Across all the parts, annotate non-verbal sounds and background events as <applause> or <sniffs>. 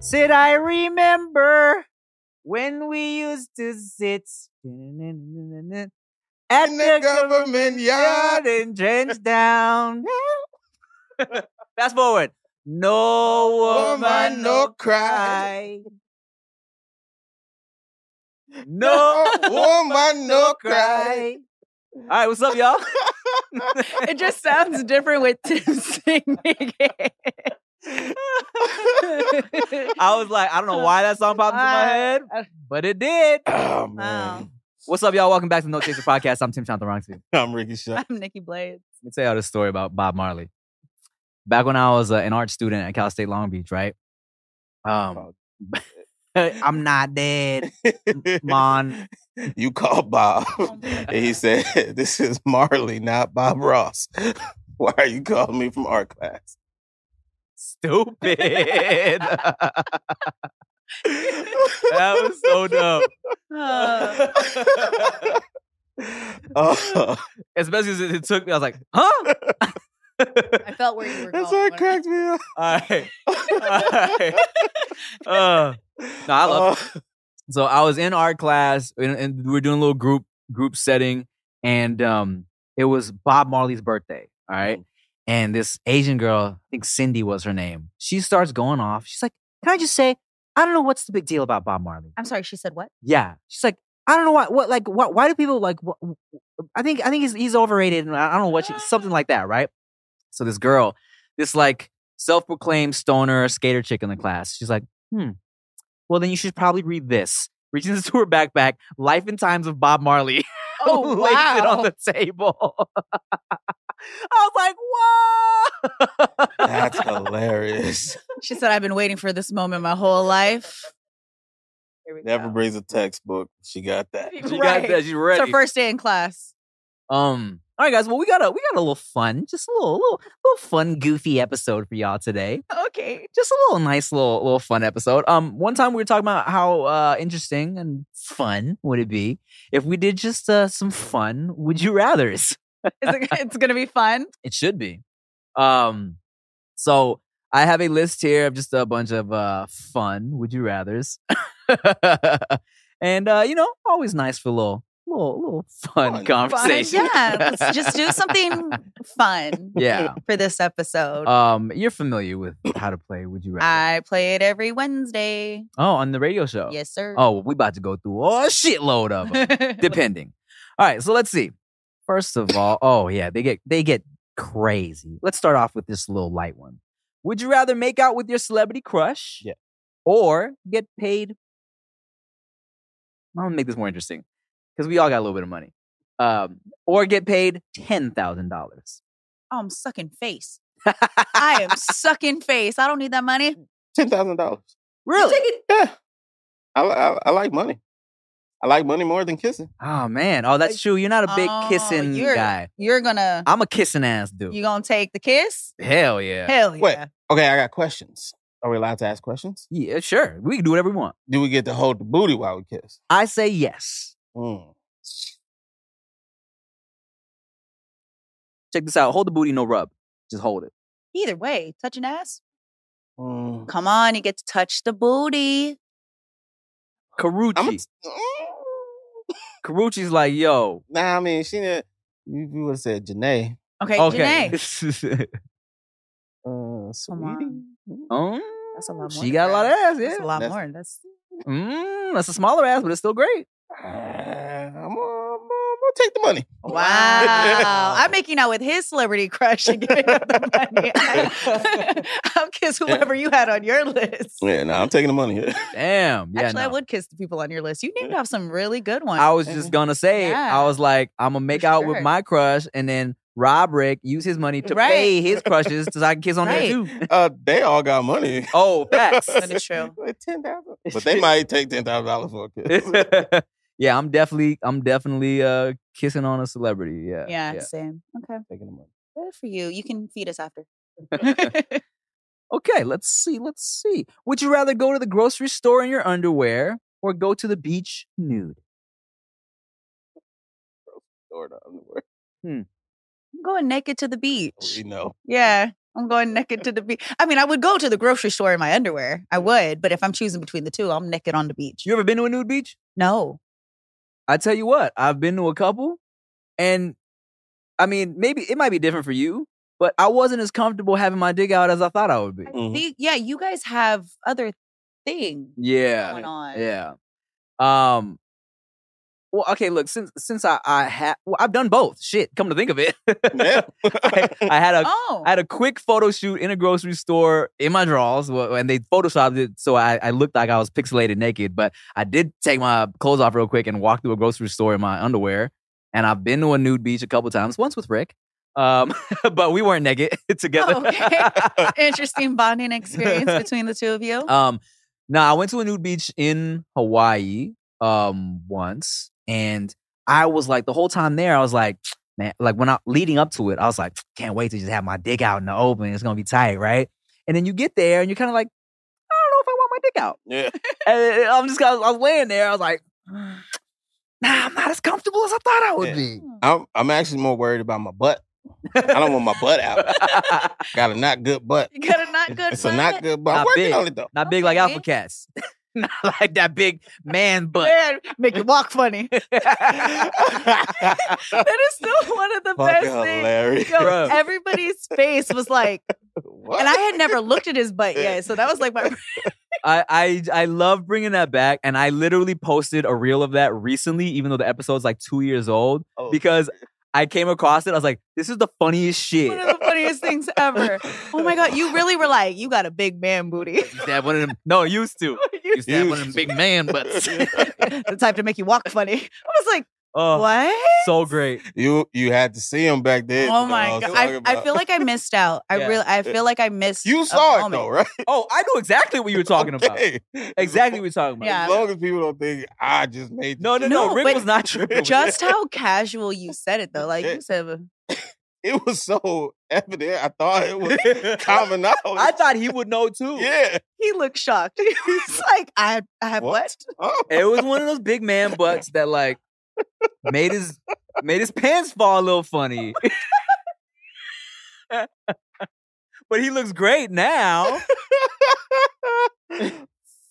Said I remember when we used to sit at In the the government yard. yard and trench <laughs> down. Fast forward. No woman, Woman, no cry. <laughs> cry. <laughs> No woman, no cry. All right, what's up, <laughs> y'all? It just sounds different with <laughs> Tim singing it. I was like, I don't know why that song popped into my head, but it did. Oh Wow. man, What's up, y'all? Welcome back to the No Chaser Podcast. I'm Tim Chantarongsi. Let I'm Ricky <laughs> <laughs> Shaw. <laughs> I'm Nikki Blades. me tell y'all this story about Bob Marley. Back when I was uh, an art student at Cal State Long Beach, right? Um, Oh. <laughs> I'm not dead, Mon. You called Bob, Oh, <laughs> my and he said, "This is Marley, not Bob Ross. <laughs> Why are you calling me from art class?" Stupid. <laughs> that was <laughs> so dumb. Ah. Uh, Oh, Especially since it took me, I was like, <laughs> huh? <laughs> I felt where you were that's going. what cracked me up. All right. All right. Uh, no, I love Oh, so I was in art class and, and we were doing a little group group setting, and um, it was Bob Marley's birthday. All right, and this Asian girl, I think Cindy was her name. She starts going off. She's like, "Can I just say, I don't know what's the big deal about Bob Marley." I'm sorry, she <laughs> said what? Yeah, she's like, "I don't know why. What like why, why do people like? wh- wh- I think I think he's he's overrated, and I I don't know what she, something like that, right?" So this girl, this like self-proclaimed stoner skater chick in the class, she's like, "Hmm, well then you should probably read this." Reaches into her backpack, "Life and Times of Bob Marley." <laughs> Oh, lays it on wow. the table. <laughs> I was like, "Whoa!" <laughs> that's hilarious. She said, I've been waiting for this moment my whole life. Here we Never go. brings a textbook. She got that. She got Right. that. She's It's ready. her first day in class. Um. All right, guys. Well, we got a we got a little fun, just a little little little fun, goofy episode for y'all today. Okay. Just a little nice, little little fun episode. Um, one time we were talking about how uh, interesting and fun would it be if we did just uh, some fun. Would you rather's? Is it, it's going to be fun. It should be. Um. So I have a list here of just a bunch of uh fun. Would you rather's? <laughs> and uh, you know, always nice for a little little little fun, Fun. Fun, <laughs> Fun. conversation. Yeah. Let's just do something fun Yeah. for this episode. Um, you're familiar with how to play Would You Rather? I play it every Wednesday. oh, on the radio show. Yes, sir. <laughs> Oh, we about to go through a shitload of 'em, depending. All right, so let's see. First of all, oh yeah, they get they get crazy. Let's start off with this little light one. Would you rather make out with your celebrity crush, Yeah. or get paid? I'm gonna make this more interesting because we all got a little bit of money. Um, or get paid ten thousand dollars. Oh, I'm sucking face. I am sucking face. I don't need that money. Ten thousand dollars. <laughs> Really? Yeah, I, li- I I like money. I like money more than kissing. Oh man. Oh, that's Like, true. You're not a big oh, kissing you're- guy. You're gonna I'm a kissing ass dude. you gonna take the kiss? Hell yeah. Hell yeah. Wait. Okay, I got questions. Are we allowed to ask questions? Yeah, sure. We can do whatever we want. Do we get to hold the booty while we kiss? I say yes. Mm. Check this out. Hold the booty, no rub. Just hold it. Either way, touch an ass. Mm. Come on, you get to touch the booty. Carucci. I'm a t- Carucci's like, yo. nah, I mean, she did You, you would have said Janae. Okay, Okay. Janae. <laughs> Uh, Come sweetie. on. Um, That's a lot more. She than got a lot of that. ass, That's yeah. a lot That's- more. That's Mm, that's a smaller ass, but it's still great. Uh, I'm gonna- I'm gonna take the money. wow. I'm making out with his celebrity crush and giving up the money. <laughs> <laughs> I'll kiss whoever you had on your list. <laughs> Yeah, no, I'm taking the money <laughs> here. Damn. Yeah, Actually, I no. would kiss the people on your list. You named off some really good ones. I was just gonna say, I Yeah. was like, I'm gonna make out with sure. my crush and then Rob Rick use his money to Right. pay his crushes so I can kiss on Right. there too. Uh, they all got money. Oh, <laughs> facts. That is true. Like ten <laughs> thousand, but they might take ten thousand dollars for a kiss. <laughs> <laughs> yeah, I'm definitely I'm definitely uh kissing on a celebrity. Yeah. yeah, same. Okay. taking the money. Good for you. You can feed us after. <laughs> Okay, let's see. Let's see. Would you rather go to the grocery store in your underwear or go to the beach nude? Or the underwear. I'm going naked to the beach. We <laughs> Oh, know. Yeah. I'm going naked to the beach. I mean, I would go to the grocery store in my underwear. I would, but if I'm choosing between the two, I'm naked on the beach. You ever been to a nude beach? No. I tell you what, I've been to a couple, and I mean, maybe it might be different for you, but I wasn't as comfortable having my dick out as I thought I would be. Mhm. See, yeah, you guys have other things Yeah. going on. Yeah. Um. Well, okay. Look, since since I I have well, I've done both. Shit, come to think of it, <laughs> Yeah. I, I had <laughs> a Oh. I had a quick photo shoot in a grocery store in my drawers, wh- and they photoshopped it so I, I looked like I was pixelated naked. But I did take my clothes off real quick and walk through a grocery store in my underwear. And I've been to a nude beach a couple times, once with Rick, um, <laughs> but we weren't naked <laughs> together. Okay. <laughs> <laughs> Interesting bonding experience between the two of you. Um, no, I went to a nude beach in Hawaii um once, and I was like the whole time there, I was like, <sniffs> man, like when I leading up to it, I was like, <sniffs> can't wait to just have my dick out in the open. It's gonna be tight, right? And then you get there, and you're kind of like, I don't know if I want my dick out. yeah. <laughs> And I'm just, I was, I was laying there, I was like, <sighs> nah, I'm not as comfortable as I thought I would Yeah. <laughs> be. <laughs> Hmm, I'm I'm actually more worried about my butt. I don't want my butt out. Got a not good butt. <laughs> You got a not good It's a butt? not good butt. I'm Not working big. on it though. Not big like Alpha Okay. Cats, <laughs> not like that big man butt. Man, make it walk funny. <laughs> <laughs> That is still one of the Fucking best things. hilarious. <laughs> Yo, Bro. everybody's face was like, What? and I had never looked at his butt yet, so that was like my I, I I love bringing that back, and I literally posted a reel of that recently, even though the episode's like two years old, <laughs> Oh, because I came across it. I was like, "This is the funniest one shit." of the funniest things ever. Oh my god, you really were like, you got a big man booty. <laughs> Dad, one of them. No, used to. <laughs> Used to have one of them Used big man <laughs> butts. the type to make you walk funny. <laughs> I was like, <laughs> Oh, what? so great. <laughs> you you had to see him back then. Oh to know my what god! I, was I, talking I about. feel like I missed out. I Yeah. really, I feel like I missed. <laughs> you a saw it moment. though, right? Oh, I knew exactly what you were <laughs> talking about. Okay. Exactly what you were talking about. Yeah. As long as people don't think I just made the No, no, shit no. No, Rick but was not <laughs> tripping. Just how casual you said it though, like Yeah. you said, it was so evident. I thought <laughs> it was common knowledge. I thought he would know too. yeah. he looked shocked. <laughs> He was like, I, I have what? What? Oh. It was one of those big man butts that like made his made his pants fall a little funny. <laughs> but he looks great now.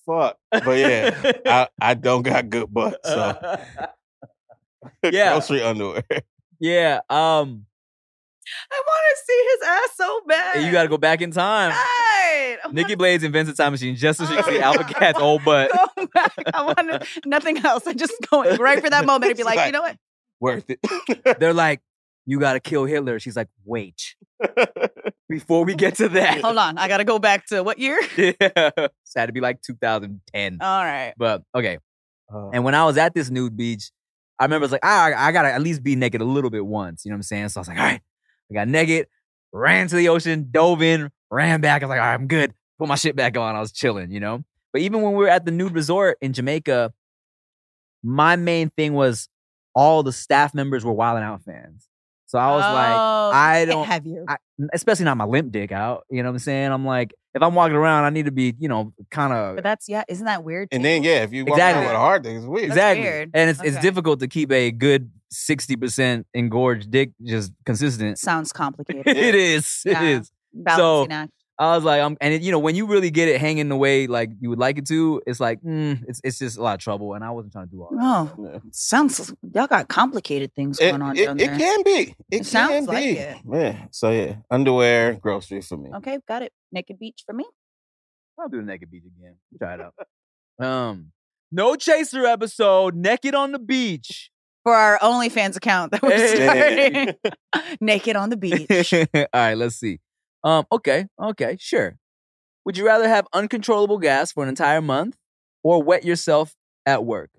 Fuck. But yeah, <laughs> I, I don't got good butt. So Uh, <laughs> Yeah. grocery underwear. yeah. Um I want to see his ass so bad. and you gotta go back in time. Right. I <laughs> Nikki Blades invents a time machine just so she can see Oh, Alpha God. Cat's old butt. wanna Go back. I want to, nothing else. I just go right for that moment and be It's like, like- you know what? Worth <laughs> it. They're like, you gotta kill Hitler. She's like, wait. Before we get to that. <laughs> <laughs> Hold on, I gotta go back to what year? <laughs> yeah. It had to be like 2010. All right. But okay. Uh, And when I was at this nude beach, I remember it's like, "Ah, I, I gotta at least be naked a little bit once. You know what I'm saying? So I was like, all right, I got naked, ran to the ocean, dove in, ran back. I was like, all right, I'm good. Put my shit back on. I was chilling, you know? But even when we were at the nude resort in Jamaica, my main thing was all the staff members were Wild 'N Out fans. So I was like, Oh, I don't- have you. I- especially not my limp dick out. You know what I'm saying? I'm like, if I'm walking around, I need to be, you know, kind of But that's yeah. Isn't that weird? and then yeah, if you walk Exactly. around with a hard thing, it's weird. That's exactly. weird. And it's it's Okay. difficult to keep a good sixty percent engorged dick just consistent. <laughs> Sounds complicated. it is. Yeah. It is. Balancing act. I was like, I'm, and it, you know, when you really get it hanging the way like you would like it to, it's like, mm, it's it's just a lot of trouble. And I wasn't trying to do all that. Oh, Yeah. sounds y'all got complicated things It, going on it, down it there. can be. It, It sounds can like be. it. Yeah. So yeah, underwear, grocery for me. Okay, got it. Naked beach for me. I'll do the naked beach again. Try it out. um, no chaser episode, naked on the beach. For our OnlyFans account that we're <laughs> Hey. starting. Naked on the beach. <laughs> All right, let's see. Um, okay, okay, sure. Would you rather have uncontrollable gas for an entire month or wet yourself at work?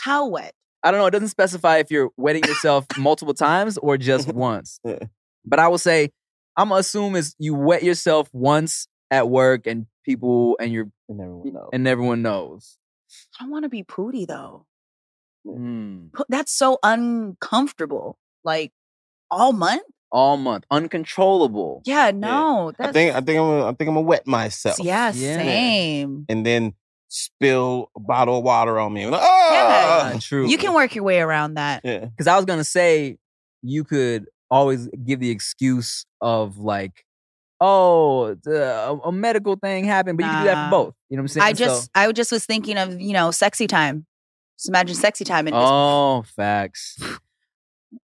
How wet? I don't know. It doesn't specify if you're wetting yourself multiple times or just once. Yeah. But I will say, I'm gonna assume is you wet yourself once at work and people and your And everyone knows. and everyone knows. I don't want to be pooty though. Mm. Po- That's so uncomfortable. Like all month? All month, uncontrollable. Yeah, no. I That's, think I think I'm a, I think I'm gonna wet myself. yeah, Yeah. same. And then spill a bottle of water on me. I'm like, oh, <laughs> Uh, true. You can work your way around that. <laughs> yeah. Because I was gonna say you could always give the excuse of like, oh, the, a, a medical thing happened, but you can do that for Nah. both. You know what I'm saying? I So- just I just was thinking of, you know, sexy time. Just imagine sexy time and just- oh facts.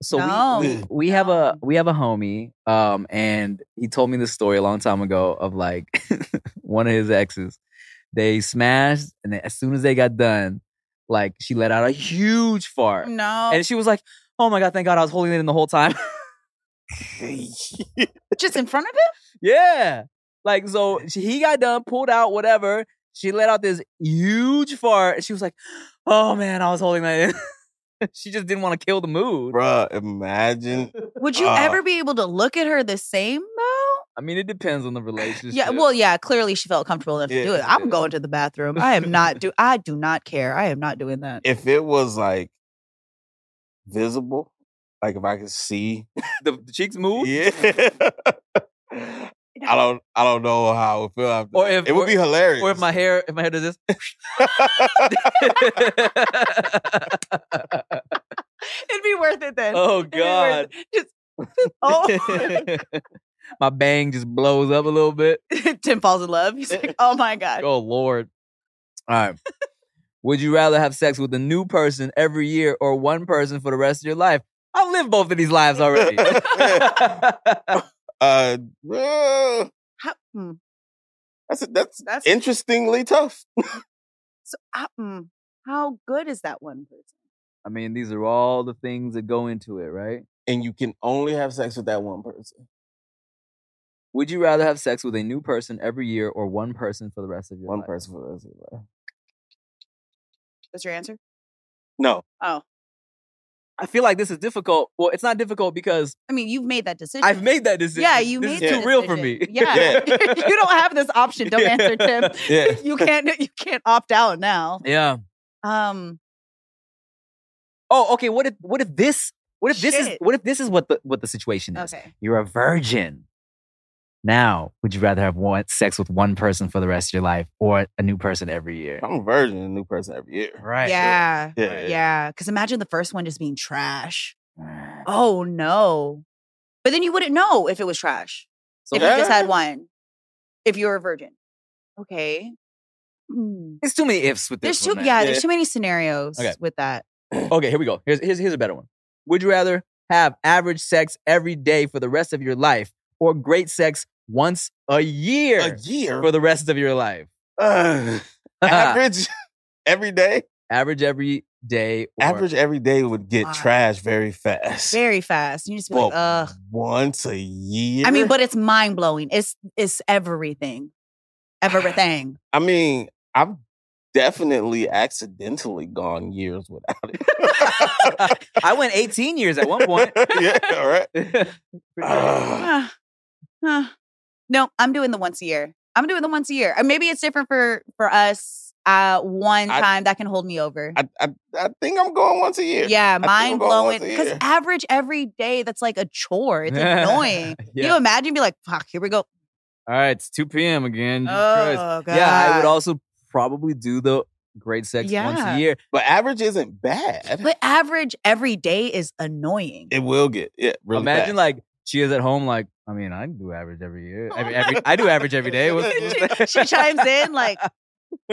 So No. Oh, we, we we have a No. we have a homie, um, and he told me this story a long time ago of like <laughs> one of his exes. They smashed, and as soon as they got done, like she let out a huge fart, no. and she was like, "Oh my god, thank God I was holding it in the whole time." <laughs> just in front of him? Yeah. Like, so she- he got done, pulled out, whatever. She let out this huge fart. And she was like, oh man, I was holding that in. <laughs> she just didn't want to kill the mood. Bruh, imagine. Would you Uh. ever be able to look at her the same though? I mean, it depends <laughs> on the relationship. Yeah, well, yeah, clearly she felt comfortable enough to do Yeah, it. I'm yeah. going to the bathroom. I am not do I do not care. I am not <laughs> doing that. If it was like visible, like if I could see, the, the cheeks move. yeah. <laughs> I don't, I don't know how it would feel. After Or that. if- it would or- be hilarious. Or if my hair, if my hair does this. It'd be worth it then. <laughs> <laughs> oh It'd be worth God. it. <laughs> Just oh <laughs> my <laughs> bang just blows up a little bit. Tim falls in love. He's like, oh my God. Oh Lord. All right. Would you rather have sex with a new person every year or one person for the rest of your life? I've lived both of these lives already. <laughs> <laughs> uh, uh, How- mm, that's that's that's interestingly tough. so, uh, mm, how good is that one person? I mean, these are all the things that go into it, right? And you can only have sex with that one person. Would you rather have sex with a new person every year or one person for the rest of your One life? person for the rest of your life. That's your answer? No, Oh. I feel like this is difficult. Well, it's not difficult because I mean, you've made that decision. I've made that decision. Yeah, you this made is that too real for me. decision. <laughs> Yeah. Yeah. <laughs> you don't have this option. Don't answer Tim. <laughs> yeah. You can't you can't opt out now. Yeah. Um Oh, okay. What if what if this what if this is Shit. what if this is what the what the situation is? okay. You're a virgin. Now, would you rather have one, sex with one person for the rest of your life or a new person every year? I'm a virgin, a new person every year. Right. Yeah. Yeah, yeah. Yeah. Because imagine the first one just being trash. Yeah. Oh no. But then you wouldn't know if it was trash. So if you just had Yeah. one. If you were a virgin. Okay. Hmm. it's too many ifs with There's this. too one, man. yeah, Yeah. there's too many scenarios Okay. with that. <clears throat> Okay, here we go. Here's, here's here's a better one. Would you rather have average sex every day for the rest of your life or great sex once a year A year. for the rest of your <laughs> life? Ugh. <sighs> average <laughs> every day. average every day. Or, <laughs> Average every day would get Wow. trash very fast. Very fast. You just be Well, like, ugh. once a year. I mean, but it's mind blowing. It's it's everything. Everything. I mean, I've definitely accidentally gone years without it. I went 18 years at <laughs> one <laughs> point. <laughs> yeah, all right. <sighs> Ugh. Ah, ah. no, I'm doing the once a year. I'm doing the once a year. Uh, Maybe it's different for for us. Uh, one I- time that can hold me over. I, I I think I'm going once a year. yeah, think I'm mind going blowing. once a Because year. average every day, that's like a chore. <laughs> It's annoying. Can You Yeah. imagine be like, fuck, here we go. All right, it's 2 p.m. again. Jesus Christ. Oh god. Mm, Yeah, I would also probably do the great sex once Yeah. a year. But average isn't bad. But average every day is <laughs> annoying. <laughs> it will get yeah. Really Imagine bad. like she is at home, like I mean, I do average every year. Oh Every, my every I do average every <laughs> day. What- She- what's she that? chimes in like,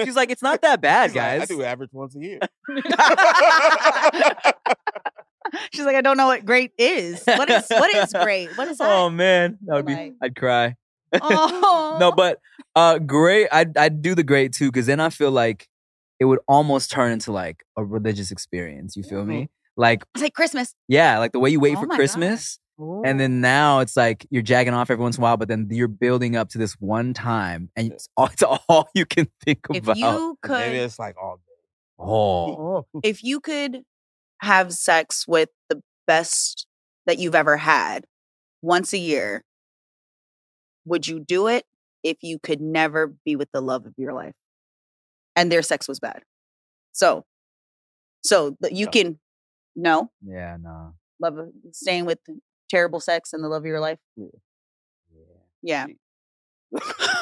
she's like, it's not that bad, She's like, guys. I do average once a year. <laughs> she's like, I don't know what great is. What is what is great? What is that? oh man, that would be. Like- I'd cry. oh. <laughs> No, but uh, great. I I do the great too, because then I feel like it would almost turn into like a religious experience. You feel me? Like it's like Christmas. yeah, like the way you wait Oh for my God. Christmas. <laughs> And then now it's like you're jacking off every once in a while, but then you're building up to this one time, and it's all, it's all you can <laughs> think if about. you Maybe could it's like all day. oh, if you could have sex with the best that you've ever had once a year, would you do it if you could never be with the love of your life and their sex was bad? So, so that you No. can no yeah, no. love of- staying with terrible sex and the love of your life. Yeah,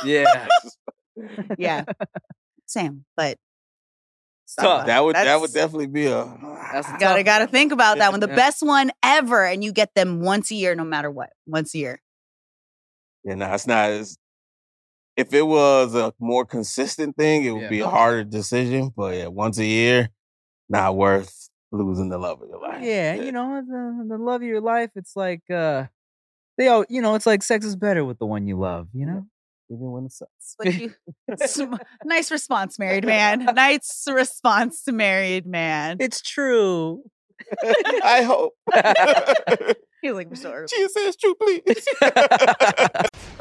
Yeah. <laughs> <laughs> yeah. Sam, but It's tough. That would that That's- would definitely <sighs> be a. That's you gotta tough. gotta think about that one. The Yeah. best one ever, and you get them once a year, no matter what. Once a year. Yeah, no, it's not as. If it was a more consistent thing, it would Yeah. be a harder decision. But yeah, once a year, not worth losing the love of your life. Yeah, you know, the, the love of your life, it's like uh they all you know, it's like sex is better with the one you love, you know? even when it <laughs> sucks. What you, <laughs> sm- nice response, married man. Nice response, married man. It's true. <laughs> I hope. <laughs> <laughs> He's like, "Sure." She says true, please.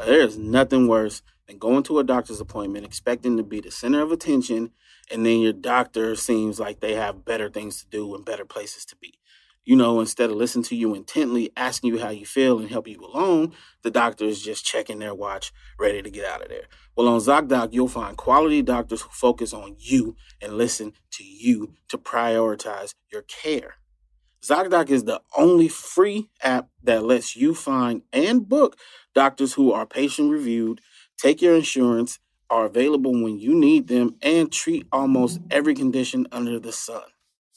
There's nothing worse than going to a doctor's appointment expecting to be the center of attention, and then your doctor seems like they have better things to do and better places to be. You know, instead of listening to you intently, asking you how you feel and help you along, the doctor is just checking their watch, ready to get out of there. Well, on ZocDoc, you'll find quality doctors who focus on you and listen to you to prioritize your care. ZocDoc is the only free app that lets you find and book doctors who are patient reviewed, take your insurance, are available when you need them, and treat almost every condition under the sun.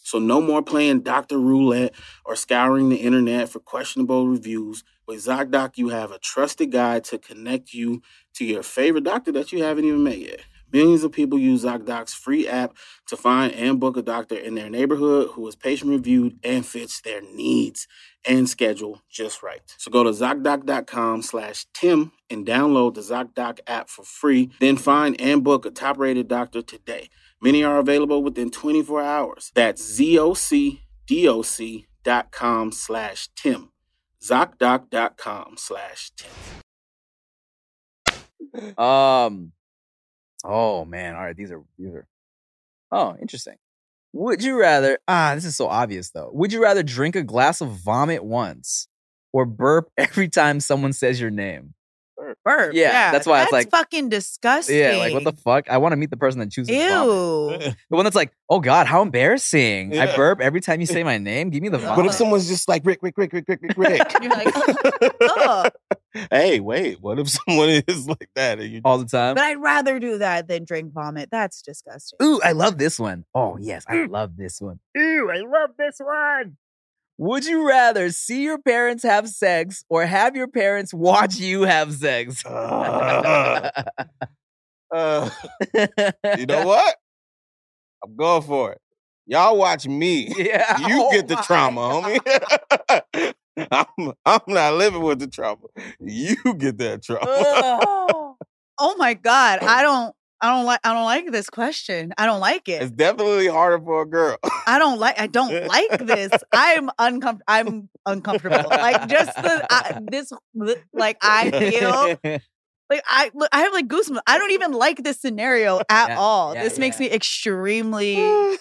So, no more playing doctor roulette or scouring the internet for questionable reviews. With ZocDoc, you have a trusted guide to connect you to your favorite doctor that you haven't even met yet. Millions of people use ZocDoc's free app to find and book a doctor in their neighborhood who is patient reviewed and fits their needs and schedule just right. So go to ZocDoc.com slash Tim and download the ZocDoc app for free. Then find and book a top rated doctor today. Many are available within 24 hours. That's ZocDoc.com slash Tim. ZocDoc.com slash Tim. <laughs> um Oh man, all right, these are these are Oh, interesting. Would you rather ah, this is so obvious though. Would you rather drink a glass of vomit once or burp <laughs> every time someone says your name? Burp. Yeah, that's why it's like- fucking disgusting. Yeah, like what the fuck? I want to meet the person that chooses vomit. Ew. <laughs> The one that's like, oh God, how embarrassing. I Yeah. burp every time you say my name. Give me the vomit. But if someone's just like Rick, Rick, Rick, Rick, Rick, <laughs> Rick, Rick. You're like, <laughs> Ugh. <laughs> hey, wait. What if someone <laughs> is like <laughs> that? And you, all the time. But I'd rather do that than drink vomit. That's disgusting. Ooh, I love this one. Oh, yes, I love this one. Ooh, I love this one. Would you rather see your parents have sex or have your parents watch you have <laughs> sex? Uh, uh, you know what? I'm going for it. Y'all watch me. <laughs> Yeah. <laughs> You Oh get the my trauma, God. homie. <laughs> I'm I'm not living with the trauma. You get that trauma. Ugh. oh my <laughs> god, I don't, I don't like, I don't like this question. I don't like <laughs> it's it. definitely harder for a girl. I don't like, I don't like this. I'm uncomfortable. I'm uncomfortable. Like just the I, <laughs> this, like I feel like I, look, I have like goosebumps. I don't even like this scenario at Yeah, all. yeah, this makes yeah. <laughs> me extremely.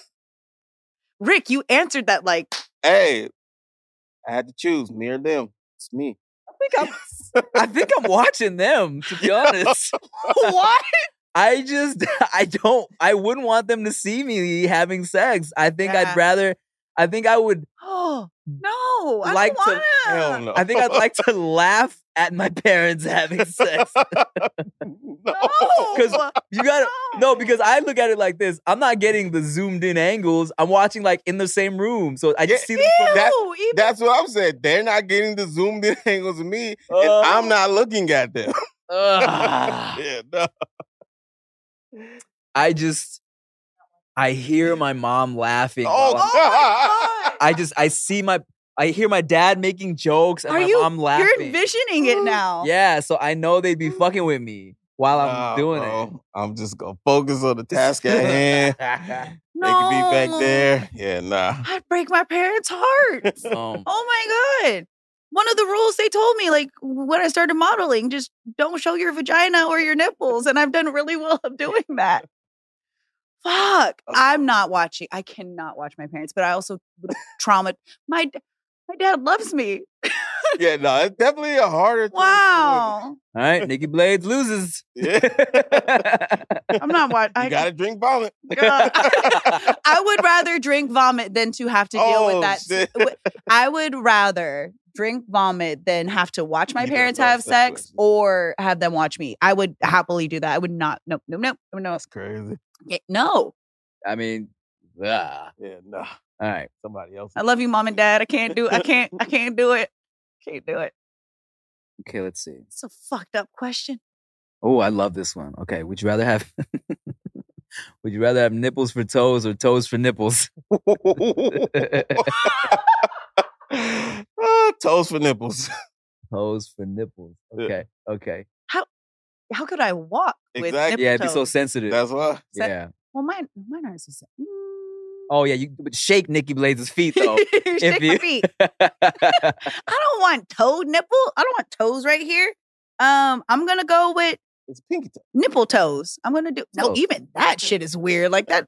Rick, you answered that like <laughs> hey, I had to choose me or them. It's me. I think I'm, I think I'm watching them, to be <laughs> honest. <laughs> <laughs> what? <gasps> I just <laughs> I don't I wouldn't want them to see me having sex. I think Yeah. I'd rather I think I would Oh no, I Like like to- don't wanna. Hell no. I think I'd like to laugh at my parents having sex. <laughs> no. No, <laughs> 'Cause You got to No, because I look at it like this. I'm not getting the zoomed in angles. I'm watching like in the same room. So I just Yeah. see them from that- Ew, even- <laughs> That's what I'm saying. They're not getting the <laughs> zoomed in angles of me, and Oh. I'm not looking at them. Ugh. <laughs> yeah, no. <laughs> I just I hear my mom laughing. Oh, while I'm- Oh my I just I see my I hear my dad making jokes and Are my you- mom God. laughing. you're <gasps> envisioning it now. Yeah, so I know they'd be fucking with me while I'm Nah, doing <laughs> bro. it. I'm just gonna focus on the Oh, <laughs> task at hand. no, They could be back there. Yeah, nah. I'd break my parents' hearts. Um, oh my god. One of the rules they told me, like when I started modeling, just don't show your vagina or your nipples. And I've done really well <laughs> of doing that. Fuck. Oh I'm not watching. I cannot watch my parents, but I also would trauma. My d- my dad loves me. Yeah, no. It's definitely a <laughs> harder. thing to do. Wow. all right, Nikki Blades loses. <laughs> <laughs> Yeah. I'm not watching. you gotta drink vomit. I would rather drink vomit than to have to deal Oh, with that. shit. w- I would rather drink vomit than have to watch my <laughs> Yeah, parents that's- have that's sex what- or have them watch me. I would happily do that. I would not. No, no, no, no. <laughs> That's crazy. Yeah, no, I mean, ah. Yeah, nah. all right. Somebody else. I love you, mom and dad. I can't do. I can't. I can't do it. Can't do it. Okay, let's see. It's a fucked up question. Oh, I love this one. Okay, would you rather have <laughs> would you rather have nipples for toes or toes for nipples? <laughs> <laughs> Ah, toes for nipples. toes for nipples. Yeah. Okay, okay. How could I walk with Exact- nipple Yeah, it'd be so toes? sensitive. That's why. sen- yeah. Well, mine, mine aren't <laughs> so. sen- <laughs> Mm. <laughs> Oh yeah, you would shake Nikki Blaze's feet though. <laughs> Shake my you- feet. I don't want toe nipple. I don't want toes right here. Um, I'm gonna go with It's pinky toe. nipple toes. I'm gonna do no. Oh. Even that shit is weird. Like that.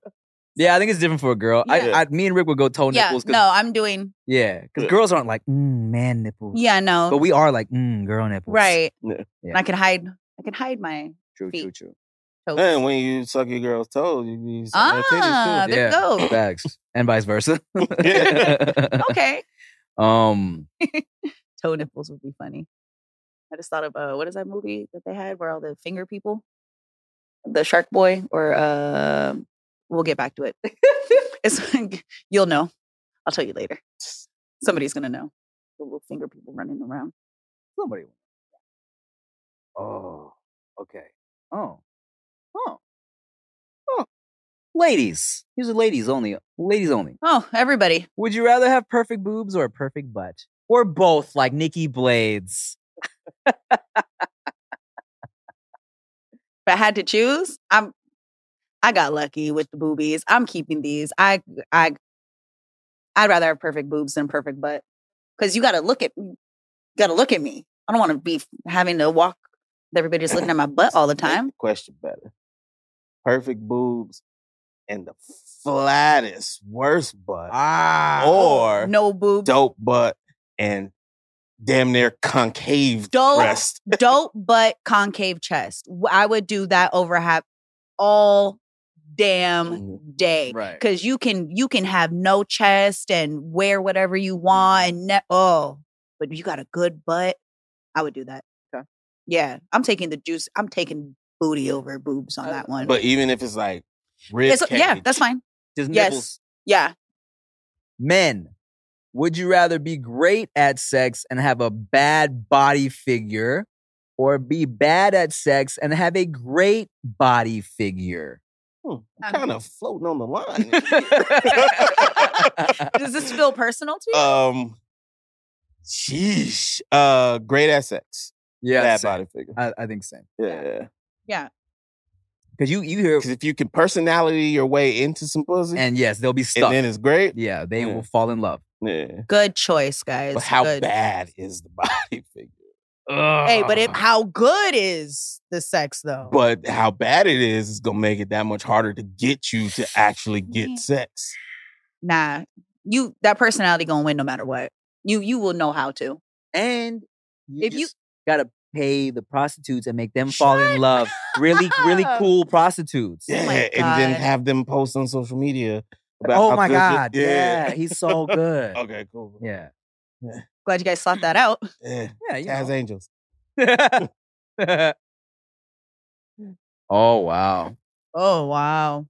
yeah, I think it's different for a girl. Yeah. I, I, me and Rick would go toe yeah. Oh, nipples. 'cause- No, I'm doing. Yeah, because Yeah. girls aren't like mm, man nipples. Yeah. but No. we are like mm, girl nipples. Right. Yeah. Yeah. And I could hide. I could hide my True. Feet. True. True. toes. And when you suck your girl's toes, you be sucking ah, ah, titties, too. there Yeah. you go. Facts and vice versa. <laughs> okay. <laughs> um. Toe nipples would be funny. I just thought of uh, what is that movie that they had where all the finger people, the Shark Boy, or uh, we'll get back to it. it's like, you'll know. I'll tell you later. Somebody's gonna know. The little finger people running around. Somebody. Oh. Okay. Oh. Oh. Oh. Ladies. These are ladies only. Ladies only. Oh, everybody. Would you rather have perfect boobs or a perfect butt? Or both, like Nikki Blades? If I had to choose, I'm. I got lucky with the boobies. I'm keeping these. I I. I'd rather have perfect boobs than perfect butt, because you got to look at, you got to look at me. I don't want to be f- having to walk. with Everybody just looking at my butt <laughs> all the time. Question better. Perfect boobs and the flattest, worst butt. Ah. or No boobs. dope butt and damn near concave Dope. breast. dope butt concave chest. W- I would do that over half all damn day. Right. Cause you can you can have no chest and wear whatever you want and ne- oh, but you got a good butt. I would do that. Okay. Yeah, I'm taking the juice. I'm taking booty over boobs on Uh, that one. But even if it's like rib It's- yeah, that's fine. Just Yes. nipples. Yeah, Men. Would you rather be great at sex and have a bad body figure? Or be bad at sex and have a great body figure? <laughs> kind of hmm, floating on the line. <laughs> does this feel personal to you? <laughs> um, sheesh. Uh, great at sex. yeah, Bad same. body <laughs> figure. I, I think same. Yeah, Because you, you hear, because if you can personality your way into some pussy, <laughs> and, and yes, they'll be stuck. then it's great. yeah, they Yeah. will fall in love. Yeah, good choice, guys. but how good. bad is the <laughs> body figure? Hey, but Uh. it, how good is the sex though? But how bad it is is gonna make it that much harder to get you to actually get Yeah. sex. nah, you that personality gonna win no matter what. You you will know how to. and you If you- just gotta pay the prostitutes and make them fall Shut in love. Really, really up. cool prostitutes. Yeah, Oh my and then God. have them post on social media. About Oh how my good you- god. Yeah. he's so good. <laughs> Okay, cool. Yeah. Glad you guys sought that out. <laughs> Yeah. Yeah. As angels. <laughs> oh wow. Oh wow.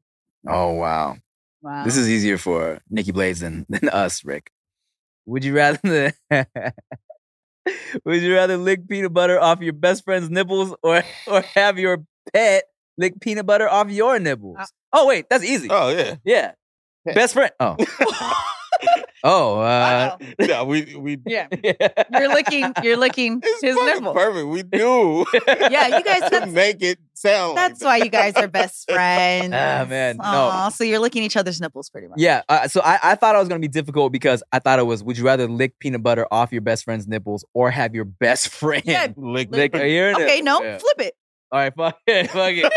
Oh wow. Wow. This is easier for Nikki Blades than, than us, Rick. Would you rather <laughs> Would you rather lick peanut butter off your best friend's nipples or or have your pet lick peanut butter off your nipples? Uh, oh wait, that's easy. <laughs> Oh yeah. Yeah. Pet. Best friend. Oh. <laughs> oh, uh <laughs> Wow. no, we we yeah. You're licking <laughs> you're licking it's his fucking nipple. <laughs> perfect. We <laughs> do Yeah, you guys to that's make it sound. like that's why you guys are best <laughs> friends. Ah, man, no. Aw, so you're licking each other's nipples pretty much. Yeah, uh, so I, I thought I was gonna be difficult because I thought it was. Would you rather lick peanut butter off your best friend's nipples or have your best friend Yeah, that. Lick, lick your nipple? Okay, no, Yeah. flip it. All right, fuck <laughs> it, fuck <laughs> it.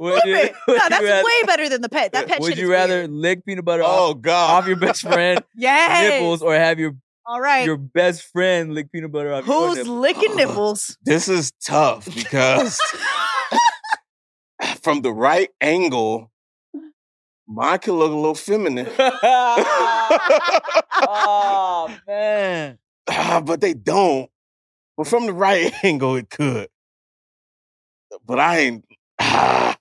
Would Flip you- it. <laughs> would No, you that's rather- way better than <laughs> the pet. That pet Would shit you is rather weird. lick peanut uh, butter off, Oh god. off your best <laughs> friend Yes. nipples or have your All right. your best friend lick peanut butter off your Who's nipples? <laughs> licking nipples? This is <laughs> tough because from the right angle, mine could look a little <laughs> feminine. oh man. Ah, <laughs> but they don't. But from the right <laughs> <sighs> angle, it could. But I ain't. Ah,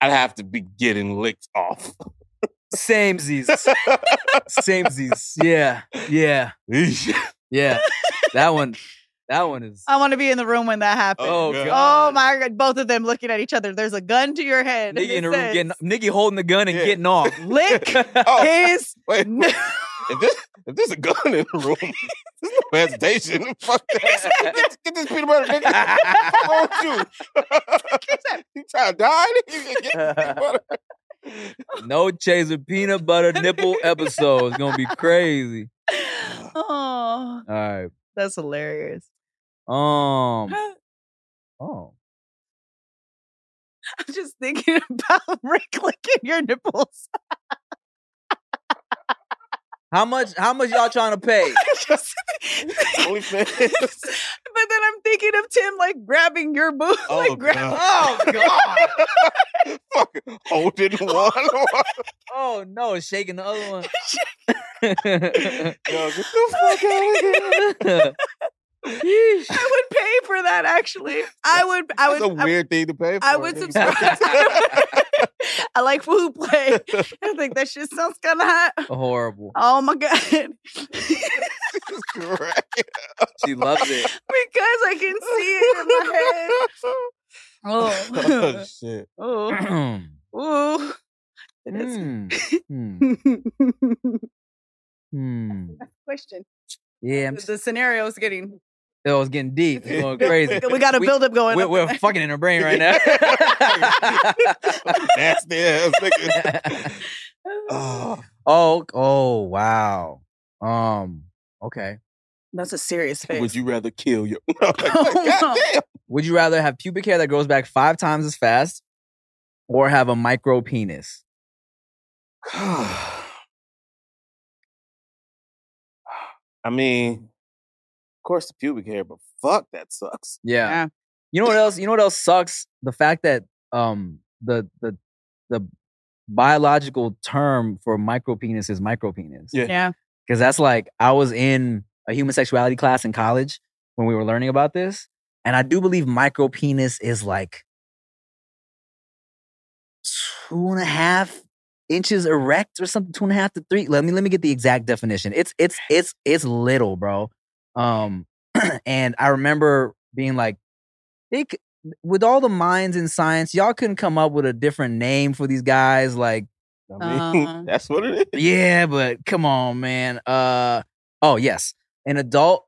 I'd have to be getting licked off. <laughs> Same Z's. Same Z's. Yeah. Yeah. Eesh. Yeah. That one. That one is. I want to be in the room when that happens. Oh, God. God. Oh my god, both of them looking at each other. There's a gun to your head. Nigga in and the it room says, getting <laughs> Nigga holding the gun and Yeah. getting off. <laughs> <laughs> lick Oh. <laughs> his Wait, no- if this if there's a gun in the room, <laughs> there's no hesitation. <laughs> Fuck that. Get, get this peanut butter, nigga. Fuck <laughs> wrong with you? you trying to die? <laughs> nigga? You get this peanut butter. <laughs> <laughs> no chaser peanut butter nipple episode. It's gonna be crazy. Oh, All right. that's hilarious. Um. <laughs> I'm Oh. just thinking <laughs> about Rick licking your nipples. <laughs> How much? How much y'all trying to pay? Just- <laughs> Only but fans. then I'm thinking of Tim like grabbing your boob, <laughs> Oh, like grab- God. <laughs> Oh God. Fuck, holding one. <laughs> Oh no, shaking the other one. Yo, get the fuck out of here. <laughs> Yeesh. I would pay for that. Actually, I would. I That's would. a I- weird thing to pay for. I would nigga. <laughs> subscribe. <laughs> to it. I like food play. I think that shit sounds kind of hot. Horrible. Oh my god! <laughs> Jesus Christ. She loves it. <clears throat> because I can see it in my head. Oh <laughs> Oh, shit. oh, <clears throat> ooh. It is- Mm. Hmm. Hmm. <laughs> Question: Yeah, I'm, The scenario is <laughs> getting it was getting deep. It's going crazy. <laughs> we got a We- buildup going. We're, up. we're fucking in her brain right now. <laughs> <laughs> Nasty ass nigga. Oh, oh, oh, wow. Um, okay. That's a serious face. would you rather kill your <laughs> <laughs> Oh, God damn. <sighs> Would you rather have pubic hair that grows back five times as fast, or have a micro penis? I mean, of course the pubic hair, but fuck that sucks. Yeah. Yeah. You know what else? You know what else sucks? The fact that um the the the biological term for micro penis is micro penis. Yeah. Yeah. Because that's like I was in a human sexuality class in college when we were learning about this, and I do believe micro penis is like two and a half inches erect or something, two and a half to three. Let me let me get the exact definition. It's it's it's it's little, bro. Um, <clears throat> and I remember being like, they c- with all the minds in science, y'all couldn't come up with a different name for these guys, like. I mean, Uh-huh. <laughs> that's what it is. Yeah, but come on, man. Uh oh, yes. An adult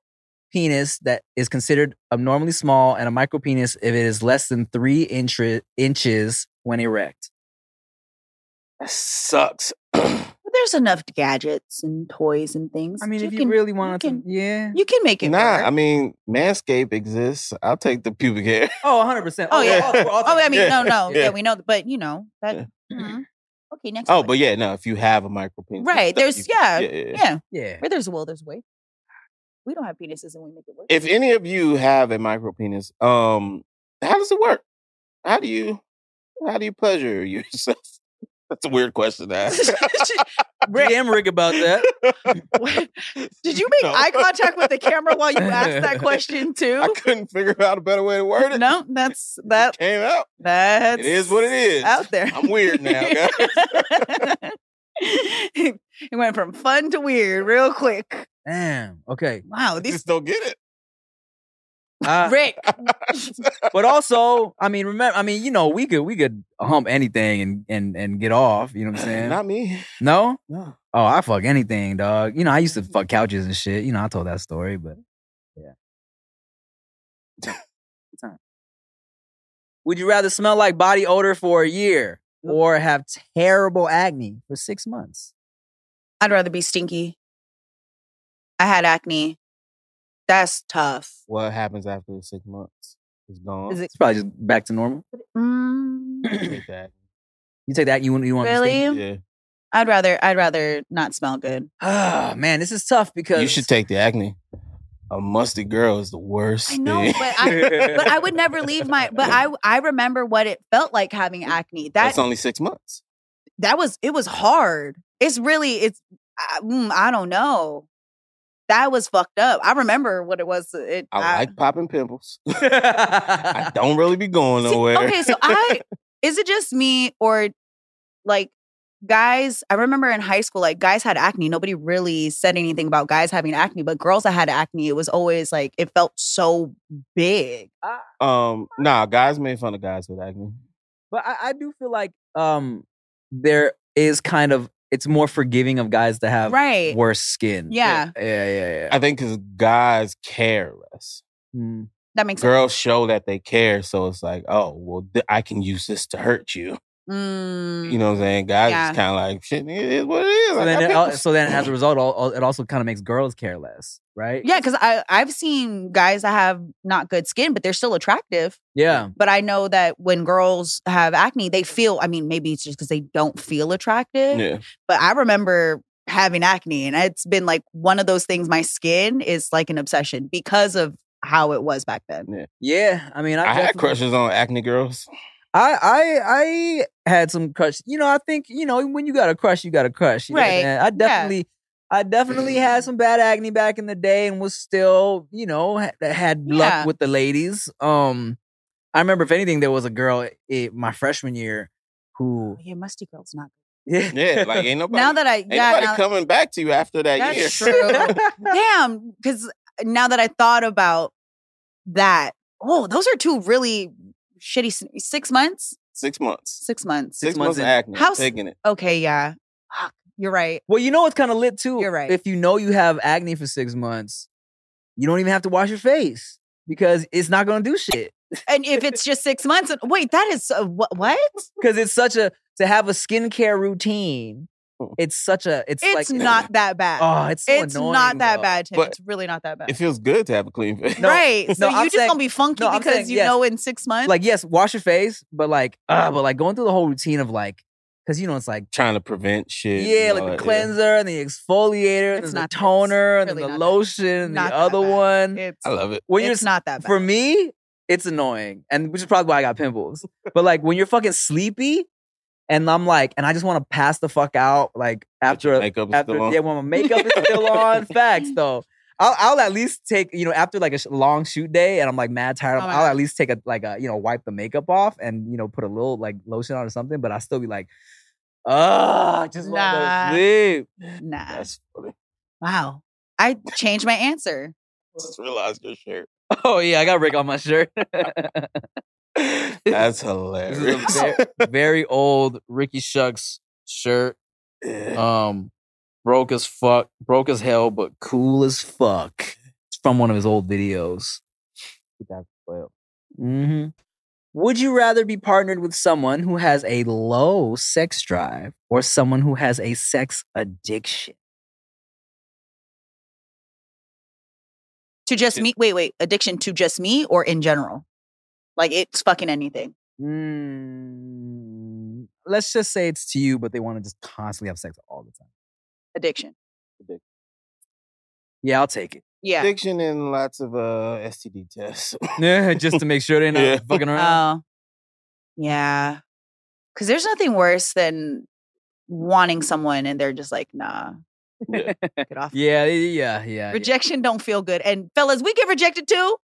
penis that is considered abnormally small and a micro penis if it is less than three intri- inches when erect. That sucks. <clears throat> But there's enough gadgets and toys and things. I mean, that if you can- really wanted can- to, yeah. you can make it nah, work. I mean, Manscaped exists. I'll take the pubic hair. <laughs> Oh, 100%. Oh, yeah. all- all- all- oh, I mean, no, <laughs> Yeah, no, <laughs> yeah. yeah. we know, but you know that. Yeah. Mhm. Okay, next. Oh, question. but yeah, no, if you have a micro penis. Right, that- there's- you- yeah, yeah. yeah, yeah. where there's a will, there's a way. We don't have penises and we make it <laughs> work. If any of you have a micro penis, um, how does it work? How do you how do you pleasure <laughs> yourself? That's a weird question <laughs> to ask. <laughs> DM Rick about that. Did <laughs> you make No. eye contact with the <laughs> camera while you asked that question I too? couldn't figure out a better way to word it. No, that's It that. came out. That's It is what it is. out there. I'm weird <laughs> now, guys. it went from fun to weird real quick. Damn. Okay. Wow, I <laughs> these just <laughs> don't get Uh, <laughs> Rick. but also, I mean, remember, I mean, you know, we could we could hump anything and and and get off. You know what I'm it. saying? <laughs> Not me. no. No. Oh, I fuck anything, dog. You know, I used to <laughs> fuck couches and shit. You know, I told that story, but yeah. Time. <laughs> Would you rather smell like body odor for a year or have terrible acne for six months? I'd rather be stinky. I had acne. That's tough. What happens after the six months? It's gone. Is it- Oh, It's probably just back to normal. Mm, Take <clears throat> that. You take that, you want you want to really? Yeah. I'd rather I'd rather not smell good. Ah, man, this is tough because <laughs> You should take the acne. A musty girl is the worst. <laughs> I know, thing. but I but I would never leave my but I I remember what it felt like having acne. That That's only six months. that was it was hard. It's really it's I, mm, I don't know. That was fucked up. I remember what it was. It I like popping pimples. <laughs> I I <laughs> don't really be going see, nowhere. <laughs> okay, so I Is it just me or like guys? I remember in high school, like guys had acne. Nobody really said anything about guys having acne, but girls that had acne, it was always like it felt so big. Um, nah, guys made fun of guys with acne. But I, I do feel like um there is kind of it's more forgiving of guys to have Right. worse skin. Yeah. Yeah, yeah, yeah. I think because guys care less. Mm. That makes Girls show that they care, so it's like, oh, well, th- I can use this to hurt you. sense. Mm. You know what I'm saying? Guys Yeah. is kind of like, shit, it is what it is. So Like, then, I it pick al- this- so then as a result, all, all, it also kind of makes girls care less, right? Yeah, because I I've seen guys that have not good skin, but they're still attractive. Yeah. Um. But I know that when girls have acne, they feel. I mean, maybe it's just because they don't feel attractive. yeah. But I remember having acne, and it's been like one of those things. My skin is like an obsession because of how it was back then. Yeah. I mean, I, I had definitely- crushes on acne girls. <laughs> I I I had some crush. You know, I think you know when you got a crush, you got a crush. you know, Right. man. I definitely, I definitely had some bad acne back in the day, and was still, you know, had, had Yeah. luck with the ladies. Um, I remember if anything, there was a girl i my freshman year who, Oh, yeah, musty girls not. yeah, <laughs> Yeah, like ain't nobody. now that I ain't yeah, <laughs> nobody now, coming back to you after that That's year. true. <laughs> damn, because now that I thought about that, oh, those are two really shitty s- six months. <laughs> Six months. Six months. Six, months months, of in. acne. How's- taking it. Okay, yeah. Fuck, You're right. Well, you know what's kind of lit too. You're right. If you know you have acne for six months, you don't even have to wash your face because it's not gonna do shit. And if it's just six months, and wait, that is uh, what? What? Because <laughs> it's such a to have a skincare routine. It's such a. It's, Oh. It's like <laughs> not that bad. Oh, it's so it's annoying, not that though. bad, Tim. But it's really not that bad. It feels good to have a clean <laughs> <laughs> face. <laughs> No, right. so no, you I'm just saying- gonna be funky no, I'm because saying you yes. know in six months. Like yes, wash your face, but like, uh, but like going through the whole routine of like, because you know it's like, Trying to prevent shit. and yeah, all like the that, cleanser and the exfoliator, and It's then the not that- it's toner, and then really the not that- lotion, and the not that other bad. one. it's I love it. when it's you're not that bad. for me, it's annoying, and which is probably why I got pimples. But like when you're fucking sleepy, and I'm like, and I just want to pass the fuck out, like But your after makeup is after still on. yeah, when my makeup is still on. Facts though. I'll, I'll at least take you know after like a sh- long shoot day and I'm like mad tired. Oh my I'll God. at least take a like a you know wipe the makeup off and you know put a little like lotion on or something. But I still be like, ah, I just Nah. want to sleep. nah. <laughs> That's funny. <laughs> wow. I changed my answer. Just realized your shirt. Oh yeah, I got Rick on my <laughs> shirt. <laughs> That's This hilarious. is a very, very old Ricky Shucks shirt. <laughs> Oh, Yeah. Um, broke as fuck, broke as hell, but cool as fuck. It's from one of his old videos. Mm-hmm. Would you rather be partnered with someone who has a low sex drive or someone who has a sex addiction? To just It- me wait, wait, addiction to just me or in general? Like it's fucking anything. Mm, let's just say it's to you, but they want to just constantly have sex all the time. Addiction. Yeah, I'll take it. Yeah. Addiction and lots of uh, STD tests. <laughs> <laughs> Yeah, just to make sure <laughs> they're not Yeah. fucking Oh. around. yeah. Cause there's nothing worse than wanting someone and they're just like, nah, Yeah. <laughs> get off. Yeah, yeah, yeah, yeah. Rejection don't feel good. And fellas, we get rejected too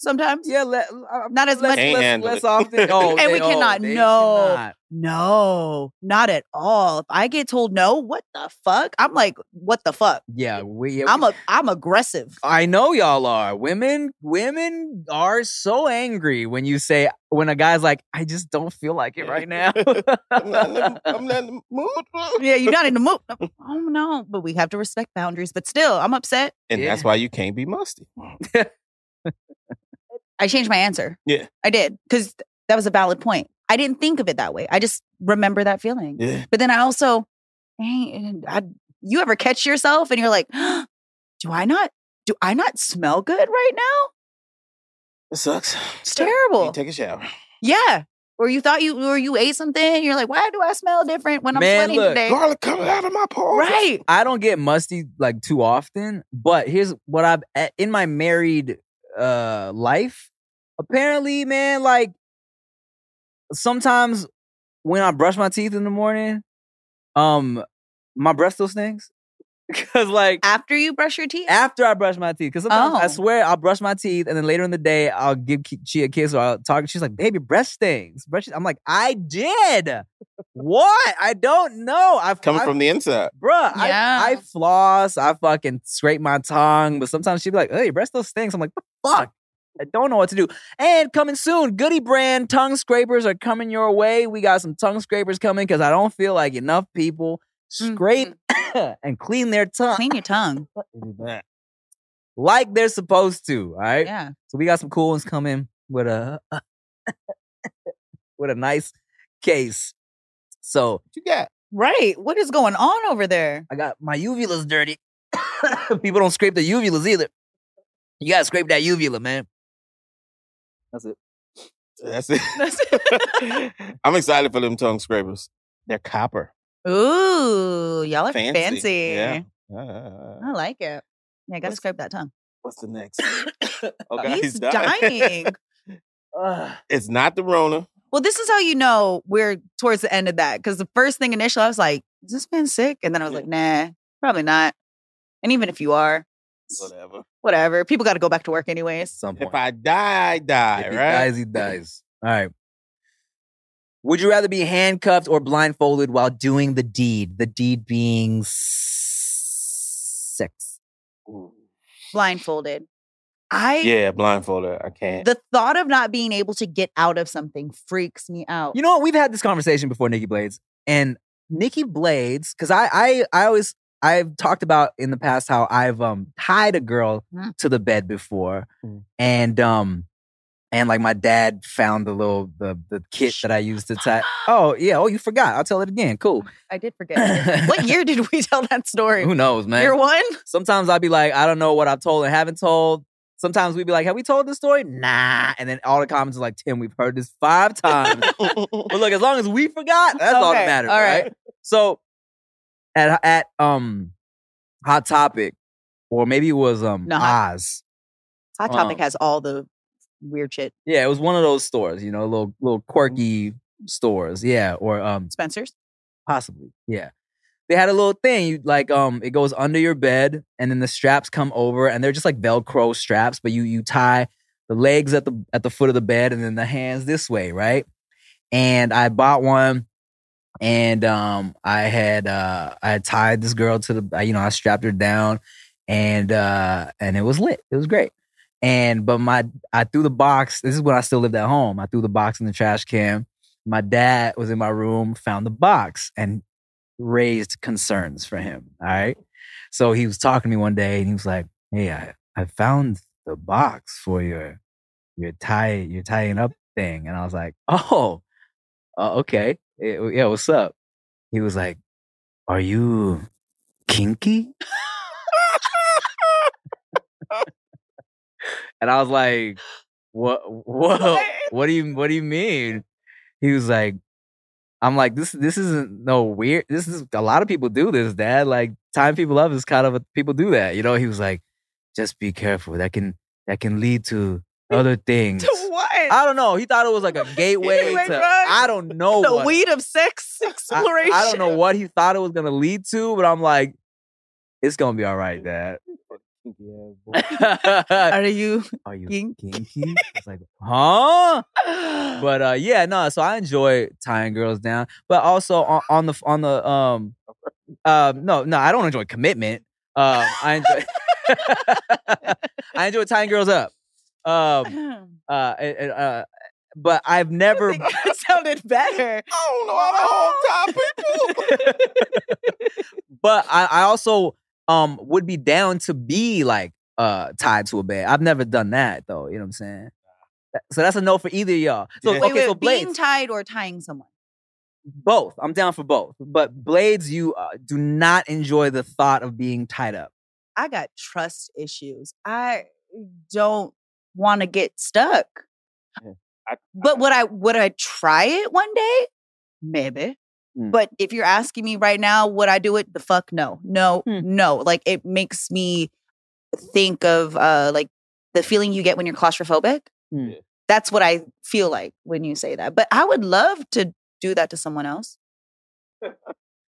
sometimes. Yeah, let, uh, Not as less, much. Can't less, handle less often. <laughs> it. Oh, And they- we oh, cannot. they No. cannot. No, not at all. If I get told no, what the fuck? I'm like, what the fuck? Yeah, we. I'm a I'm aggressive. <laughs> I know y'all are. Women, women are so angry when you say when a guy's like, "I just don't feel like it right <laughs> now." I'm, not in the, I'm not in the mood. bro. Yeah, you're not in the mood. Oh no, but we have to respect boundaries. But still, I'm upset. And that's Yeah. why you can't be musty. I changed my answer. Yeah. I did because that was a valid point. I didn't think of it that way. I just remember that feeling. Yeah. But then I also, dang, I, you ever catch yourself and you're like, <gasps> do I not? Do I not smell good right now? It sucks. It's You terrible. take a shower. yeah. Or you thought you or you ate something. You're like, why do I smell different when I'm Man, sweating look, today? Garlic coming out of my pores. Right. I don't get musty like too often, but here's what I've a- in my married uh life. Apparently, man, like sometimes when I brush my teeth in the morning, um, my breath still stinks. <laughs> because like After you brush your Ah. teeth? after I brush my teeth, because sometimes I Oh. swear I'll brush my teeth, and then later in the day I'll give Ki- Chi a kiss or I'll talk. She's like, "Babe, your breath stings." Brush. It. I'm like, "I did. what? I don't know. I've Coming I- from the inside. Bruh, Yeah. I, I floss, I fucking scrape my tongue, but sometimes she'd be like, hey, your breath still stinks. I'm like, what the fuck? I don't know what to do. And coming soon, Goody brand tongue scrapers are coming your way. We got some tongue scrapers coming because I don't feel like enough people scrape <coughs> and clean their tongue Mm-hmm. Clean your tongue. like they're supposed to. All right. Yeah. So we got some cool ones coming with a <laughs> with a nice case. So What you got? Right. What is going on over there? I got my uvula's dirty. <coughs> People don't scrape their uvulas either. You gotta scrape that uvula, man. That's it. That's it. <laughs> I'm excited for them tongue scrapers. They're copper. Ooh, y'all are fancy. Yeah. Uh, I like it. Yeah, I gotta scrape that tongue. what's <coughs> the next? Oh, God, He's <laughs> dying. it's not the Rona. well, this is how you know we're towards the end of that. Cause the first thing initially I was like, is this man sick? And then I was Yeah. like, nah, probably not. And even if you are, Whatever. whatever. People gotta go back to work anyways. Some If I die, I die, If he right? dies, he dies. All right. Would you rather be handcuffed or blindfolded while doing the deed? The deed being s- sex. Blindfolded. I Yeah, blindfolded. I can't. the thought of not being able to get out of something freaks me out. You know what? We've had this conversation before, Nikki Blades. And Nikki Blades, because I, I I always I've talked about in the past how I've um tied a girl Mm. to the bed before. Mm. And um and like my dad found the little the the kit that I used to tie. Oh yeah, oh you forgot. I'll tell it again. Cool. I did forget. what year did we tell that story? Who knows, man? Year one? Sometimes I'll be like, I don't know what I've told and haven't told. Sometimes we'd be like, Have we told this story? Nah. And then all the comments are like, Tim, we've heard this five times. <laughs> but look, as long as we forgot, that's all that Okay, matters. all right. right. So at at um Hot Topic, or maybe it was um No, Hot- Oz. Hot Um, Topic has all the weird shit. Yeah, it was one of those stores, you know, little little quirky stores. Yeah. Or um Spencer's. <laughs> possibly. Yeah. They had a little thing, you like um it goes under your bed and then the straps come over and they're just like velcro straps, but you you tie the legs at the at the foot of the bed and then the hands this way, right? And I bought one and um I had uh I had tied this girl to the you know, I strapped her down and uh and it was lit. It was great. And but my I threw the box, this is when I still lived at home. I threw the box in the trash can my dad was in my room, found the box, and raised concerns for him. All right. So he was talking to me one day and he was like, Hey, I, I found the box for your your tie your tying up thing. And I was like, Oh, uh, okay. Eh, Yeah, what's up? He was like, Are you kinky? <laughs> and I was like, What whoa, what do you what do you mean? He was like, I'm like, this this isn't no weird. This is a lot of people do this, Dad. Like time people up is kind of a, people do that. You know, he was like, just be careful. That can that can lead <laughs> to other things. what? I don't know. <laughs> He thought it was like a gateway Gateway to drug. I don't know the Oh, what. weed of sex I- exploration. I, don't know what he thought it was gonna lead to, but I'm like, it's gonna be all right, <laughs> Dad. Uh, <laughs> Are you? Are you Kinky. kinky? It's like, huh? <laughs> But uh, yeah, no. So I enjoy tying girls down, but also on, on the on the um, um, no, no, I don't enjoy commitment. Um, I <laughs> enjoy I enjoy tying girls up. Um, uh, and- and, uh, but I've never. <laughs> <laughs> that sounded better. I don't know how <laughs> the whole time people. but I, I also um would be down to be like uh tied to a bed. I've never done that though. You know what I'm saying? That- So that's a no for either of y'all. So Yeah. okay, Wait, wait, so being blades, tied or tying someone. both. I'm down for both. But blades, you uh, do not enjoy the thought of being tied up. I got trust issues. I don't want to get stuck. Yeah, I- but would I would I try it one day? Maybe. Mm. But if you're asking me right now, would I do it? The fuck no. No, Mm. no. Like it makes me think of uh like the feeling you get when you're claustrophobic. Mm. Yeah. That's what I feel like when you say that. But I would love to do that to someone else.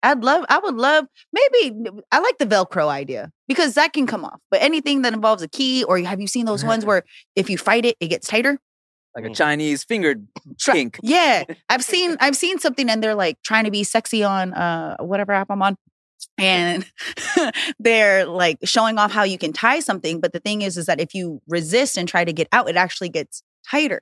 I'd love, I would love, maybe I like the Velcro idea because that can come off. But anything that involves a key, or have you seen those ones where if you fight it, it gets tighter? like Mm. a Chinese fingered Tra- kink. <laughs> Yeah, I've seen, I've seen something, and they're like trying to be sexy on uh whatever app I'm on, and <laughs> they're like showing off how you can tie something. But the thing is, is that if you resist and try to get out, it actually gets tighter.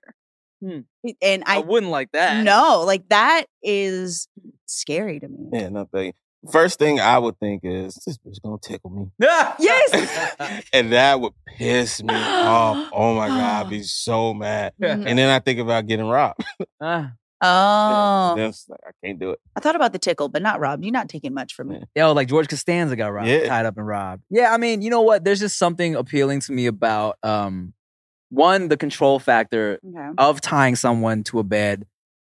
Hmm. And I, I wouldn't like that. <laughs> no, like that is scary to me. Yeah, <laughs> nothing. First thing I would think is this bitch gonna <laughs> tickle me, yes. and that would piss me off. Oh my <gasps> god, I'd be so mad. Mhm. And then I think about getting robbed. <laughs> uh, Oh, Then it's like, I can't do it. I thought about the tickle, but not robbed. You're not taking much from me. yo, like George Costanza got robbed, Yeah. tied up and robbed. Yeah, I mean, you know what? There's just something appealing to me about um, one, the control factor Okay. of tying someone to a bed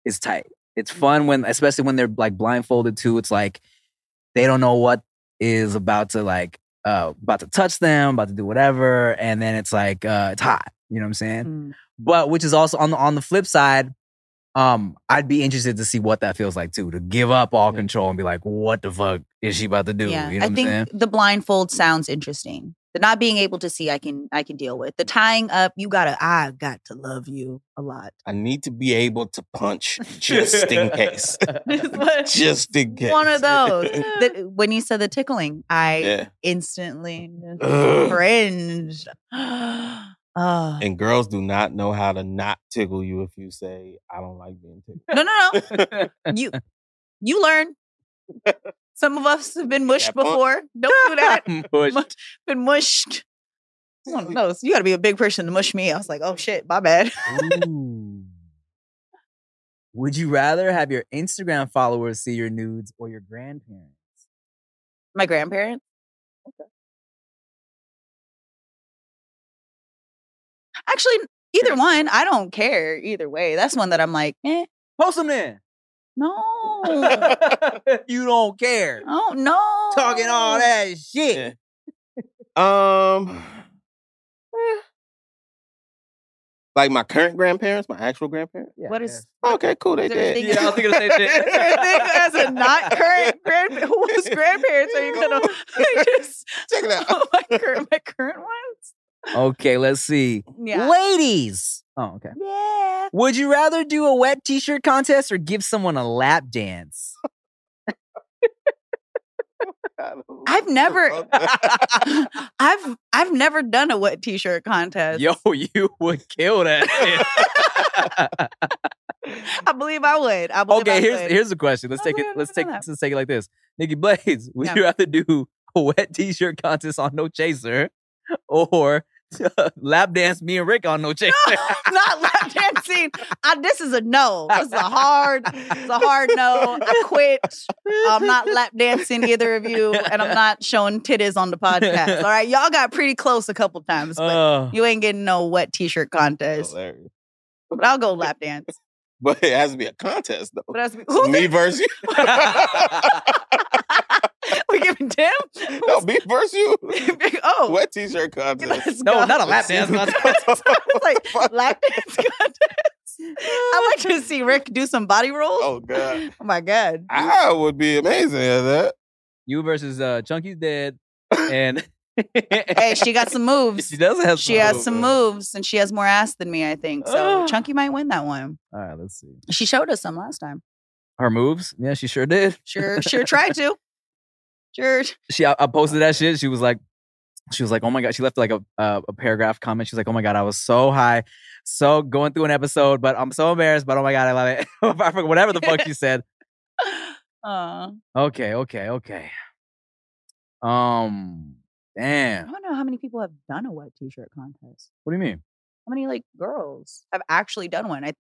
is tight. It's fun when, especially when they're like blindfolded too. It's like they don't know what is about to like uh, about to touch them, about to do whatever, and then it's like uh, it's hot. You know what I'm saying? Hmm. but which is also on the on the flip side um i'd be interested to see what that feels like too to give up all Yeah. control and be like what the fuck is she about to do yeah, you know I what think i'm saying <laughs> <laughs> the blindfold sounds interesting. The not being able to see, I can I can deal with. The tying up, you gotta I got to love you a lot. <laughs> I need to be able to punch <laughs> just in case. just in case. One of <laughs> <laughs> those. that, when you said the tickling, I yeah. instantly just Ugh. cringed. <gasps> Oh. And girls do not know how to not tickle you if you say, I don't like being tickled. No, no, <laughs> no. You you learn. Some of us have been mushed Yeah, punk. before. Don't <laughs> do that. <laughs> Push. Much- been mushed. <laughs> <laughs> One of those. You got to be a big person to mush me. I was like, oh shit, my bad. Ooh. would you rather have your instagram followers see your nudes or your grandparents My grandparents. Actually, either one. I don't care either way. That's one that I'm like, eh, post them <laughs> then <laughs> no, oh, I you don't care don't know. talking Oh. all that shit Yeah. Um, eh. like my current grandparents, my actual grandparents. Yeah, <laughs> What is? Okay, cool. They Is there a did. thing- <laughs> yeah. yeah i was thinking the <laughs> same Is there a thing <laughs> as a not current grandpa? Whose grandparents are <laughs> you gonna <laughs> just Check it out. my current my current ones? okay let's see Yeah. ladies oh okay Yeah. Would you rather do a wet t-shirt contest or give someone a lap dance? <laughs> <laughs> I've never- <laughs> <laughs> I've I've never done a wet t-shirt <laughs> contest. Yo, you would kill <laughs> that. shit. I believe I would. I believe I okay, here's would. here's the question. Let's I take would, it. I Let's would take do that. let's take it like this. Nikki Blaze, <laughs> would Yeah. you rather do a wet t-shirt contest on No Chaser or <laughs> lap dance me and Rick on No <laughs> Chaser? <laughs> not lap dancing. I, this is a no. This is a hard. It's a hard no. I quit. I'm not lap dancing either of you, and I'm not showing titties on the podcast. All right, y'all got pretty close a couple times, but Oh. you ain't getting no wet t-shirt contest. Hilarious. But I'll go lap dance. But it has to be a contest, though. But <laughs> that's who me versus you. we giving Tim? no, me versus you. <laughs> <laughs> oh, Wet t shirt contest. let's no, go. not a <laughs> lap <laughs> dance contest. <laughs> It's <laughs> like lap dance contest. I like to see Rick do some body rolls. Oh, God. Oh my god. I would be amazing at that. <laughs> you versus uh Chunky's dead <laughs> and <laughs> hey, she got some moves. she does have She some- has some moves and she has more ass than me, I think. So Ugh. Chunky might win that one. All right, let's see. She showed us some last time. Her moves? Yeah, she sure did. Sure, <laughs> sure tried to. <laughs> Sure. she I, I posted that shit. She was like, she was like, oh my god. She left like a uh, a paragraph comment. She's like, oh my god, I was so high, so going through an episode, but I'm so embarrassed. But oh my god, I love it. <laughs> I forgot- Whatever the <laughs> fuck she said. Uh, Okay, okay, okay. Um, I damn. don't know how many people have done a wet t-shirt contest. What do you mean? How many like girls have actually done one? I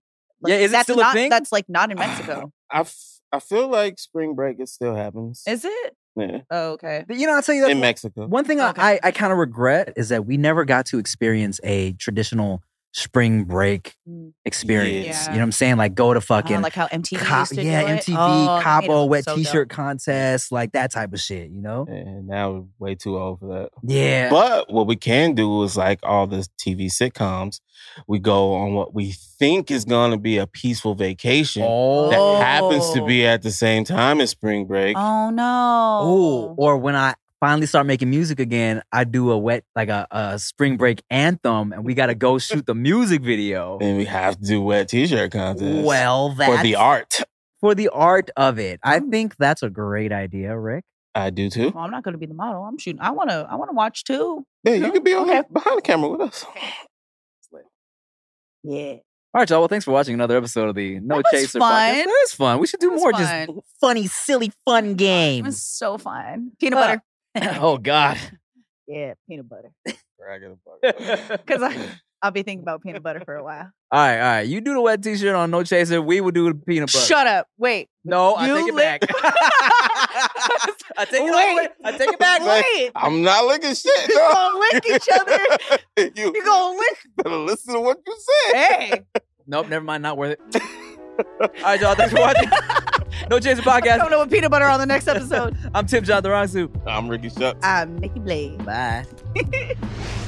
Yeah, is it that's still a not, thing? That's like <sighs> not in Mexico. I, f- I feel like spring break, it still happens. is it? Yeah. Oh, okay. But, you know, I'll tell you In that Mexico. one thing I Okay. I, I kind of regret is that we never got to experience a traditional spring break Mm. experience. Yeah. You know what I'm saying? Like go to fucking Oh, like how MTV Co- used to yeah, do it. MTV, Oh, they made it Cabo look wet so dope. t-shirt contest, like that type of shit, you know? And now we're way too old for that. Yeah. But what we can do is like all the TV sitcoms, we go on what we think is going to be a peaceful vacation that oh. Oh. happens to be at the same time as spring break. Oh no. Ooh, or when I finally start making music again, I do a wet like a, a spring break anthem and we got to go shoot the music <laughs> video. And we have to do wet t-shirt contest Well, that's for the art. for the art of it. I Mm. think that's a great idea, Rick. I do too. Well, I'm not going to be the model. I'm shooting. I want to. I want to watch too. Yeah, you could be on Okay. the, behind the camera with us. Yeah. All right, y'all. Well, thanks for watching another episode of the No That was Chaser fun. podcast. That is fun. We should do That was more fun. just funny, silly, fun It was games. so fun. Peanut Uh, butter. <laughs> oh God. Yeah, peanut butter. <laughs> Because Because I, I'll be thinking about peanut butter for a while. All right, all right. You do the wet T-shirt on No Chaser. We will do the peanut butter. Shut up. Wait. No, I You take it live- back. <laughs> I take it back. I take it back. Wait. <laughs> I'm not looking shit. You're No. gonna lick <laughs> each other. <laughs> you You're gonna lick. better listen to what you said. Hey, Nope, never mind. Not worth it. all right, y'all. Thanks for <laughs> watching. no Chaser I podcast. don't know what peanut butter on the <laughs> next episode. Um, I'm Tim John Durasu. I'm Ricky Shucks. I'm Nikki Blade. Bye.